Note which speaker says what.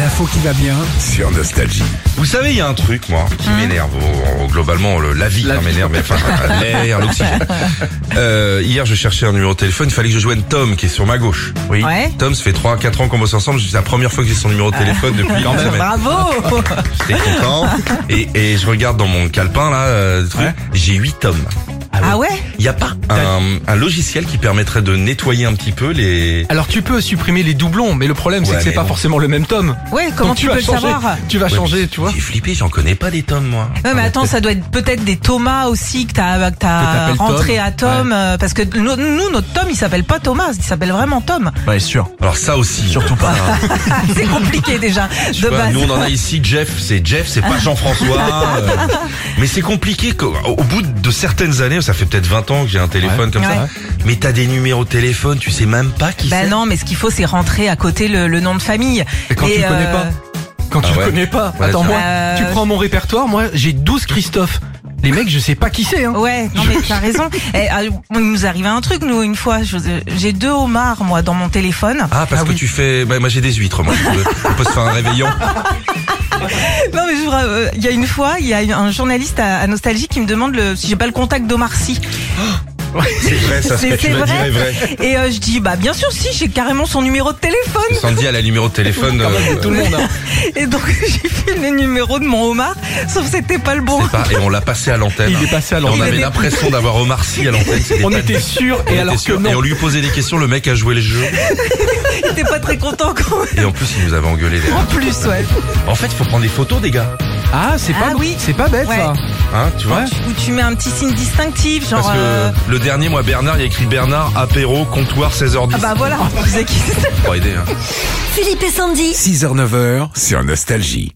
Speaker 1: L'info qui va bien.
Speaker 2: sur Nostalgie. Vous savez, il y a un truc, moi,
Speaker 3: Hein
Speaker 2: qui m'énerve. au- au- Globalement, le- la vie hein, m'énerve, mais enfin, l'air, l'oxygène. Euh, hier, je cherchais un numéro de téléphone, il fallait que je joigne Tom, qui est sur ma gauche. Oui.
Speaker 3: Ouais. Euh,
Speaker 2: Tom, ça fait 3-4 ans qu'on bosse ensemble, c'est la première fois que j'ai son numéro de téléphone depuis une semaine.
Speaker 3: hein. Bravo
Speaker 2: J'étais content. Et, et je regarde dans mon calepin, là, euh, le truc, j'ai 8 Tom.
Speaker 3: Ah ouais
Speaker 2: Il n'y a pas un, un logiciel qui permettrait de nettoyer un petit peu les...
Speaker 4: Alors tu peux supprimer les doublons, mais le problème c'est
Speaker 2: Ouais,
Speaker 4: que c'est
Speaker 2: mais
Speaker 4: pas
Speaker 2: bon.
Speaker 4: forcément le même tome.
Speaker 3: Ouais, comment
Speaker 4: Donc,
Speaker 3: tu
Speaker 4: vas
Speaker 3: peux le
Speaker 4: changer.
Speaker 3: savoir
Speaker 4: Tu vas changer, tu vois.
Speaker 2: J'ai flippé, j'en connais pas des Tom, moi. Ah,
Speaker 3: Ouais, mais attends, ça doit être peut-être des Thomas aussi que t'as, que
Speaker 4: Que
Speaker 3: t'as
Speaker 4: t'appelles
Speaker 3: rentré
Speaker 4: Tom.
Speaker 3: à Tom. euh, parce que nous, nous, notre Tom, il s'appelle pas Thomas, il s'appelle vraiment Tom.
Speaker 4: Ouais, sûr.
Speaker 2: Alors ça aussi. Surtout pas.
Speaker 3: Ah, c'est compliqué déjà,
Speaker 2: Tu
Speaker 3: de
Speaker 2: vois,
Speaker 3: base.
Speaker 2: Bah, nous on en a ici Jeff, c'est Jeff, c'est pas Jean-François. euh, mais c'est compliqué. qu'au- Au bout de certaines années, ça fait peut-être 20 ans que j'ai un téléphone comme ça.
Speaker 3: Ouais.
Speaker 2: Mais t'as des numéros de téléphone, tu sais même pas qui
Speaker 3: Ben
Speaker 2: c'est.
Speaker 3: non, mais ce qu'il faut, c'est rentrer à côté le, le nom de famille.
Speaker 4: Et quand tu le connais
Speaker 3: euh,
Speaker 4: pas Quand tu
Speaker 2: Ah
Speaker 4: le
Speaker 2: ouais.
Speaker 4: connais pas.
Speaker 2: Ouais,
Speaker 4: Attends
Speaker 2: ça-
Speaker 4: moi,
Speaker 3: Euh,
Speaker 4: tu prends mon répertoire, moi j'ai 12 Christophe. Les mecs, je sais pas qui c'est hein.
Speaker 3: euh, Ouais, non mais t'as raison. Eh, ah, il nous arrivait un truc, nous, une fois. je- J'ai deux homards, moi, dans mon téléphone.
Speaker 2: Ah parce
Speaker 4: Ah
Speaker 2: que
Speaker 4: oui.
Speaker 2: tu fais. bah, moi j'ai des huîtres, moi. On peut se faire un réveillon.
Speaker 3: Non mais je vous ra- euh, il y a une fois, il y a une- un journaliste à, à Nostalgie qui me demande le, si j'ai pas le contact d'Omar Sy.
Speaker 2: C'est vrai, ça. Ce
Speaker 3: C'est-
Speaker 2: que tu
Speaker 3: c'est
Speaker 2: m'as dit
Speaker 3: vrai
Speaker 2: est vrai.
Speaker 3: Et euh, je dis bah bien sûr si, j'ai carrément son numéro de téléphone.
Speaker 2: Sandy elle a le numéro de téléphone. euh,
Speaker 4: Tout le monde. hein.
Speaker 3: Et donc j'ai fait le numéro de mon Omar, sauf que c'était pas le bon.
Speaker 2: c'est pas- et on l'a passé à l'antenne.
Speaker 4: Il est passé à
Speaker 2: Et On
Speaker 4: l'antenne.
Speaker 2: avait l'impression d'avoir Omar Sy à l'antenne. c'était
Speaker 4: On
Speaker 2: pas-
Speaker 4: était sûr
Speaker 2: on
Speaker 4: et
Speaker 2: était
Speaker 4: alors que
Speaker 2: sûr. Et
Speaker 4: non.
Speaker 2: on lui posait des questions, le mec a joué le jeu.
Speaker 3: J'étais pas très content quand même.
Speaker 2: Et en plus, il nous avait engueulé
Speaker 3: En
Speaker 2: derrière.
Speaker 3: plus ouais.
Speaker 2: En fait, il faut prendre des photos, des gars.
Speaker 4: Ah, c'est pas
Speaker 3: Ah oui.
Speaker 4: c'est pas bête
Speaker 3: Ouais.
Speaker 4: ça.
Speaker 2: Hein, tu vois
Speaker 4: Ouais.
Speaker 3: Où tu mets un petit signe distinctif genre.
Speaker 2: Parce que
Speaker 3: euh,
Speaker 2: le dernier, moi, Bernard, il y a écrit Bernard, apéro, comptoir, 16h10.
Speaker 3: Ah bah voilà, vous savez qui c'est.
Speaker 2: Pas aidé, hein.
Speaker 5: Philippe et Sandy.
Speaker 1: 6h, 9h,
Speaker 2: Sur Nostalgie.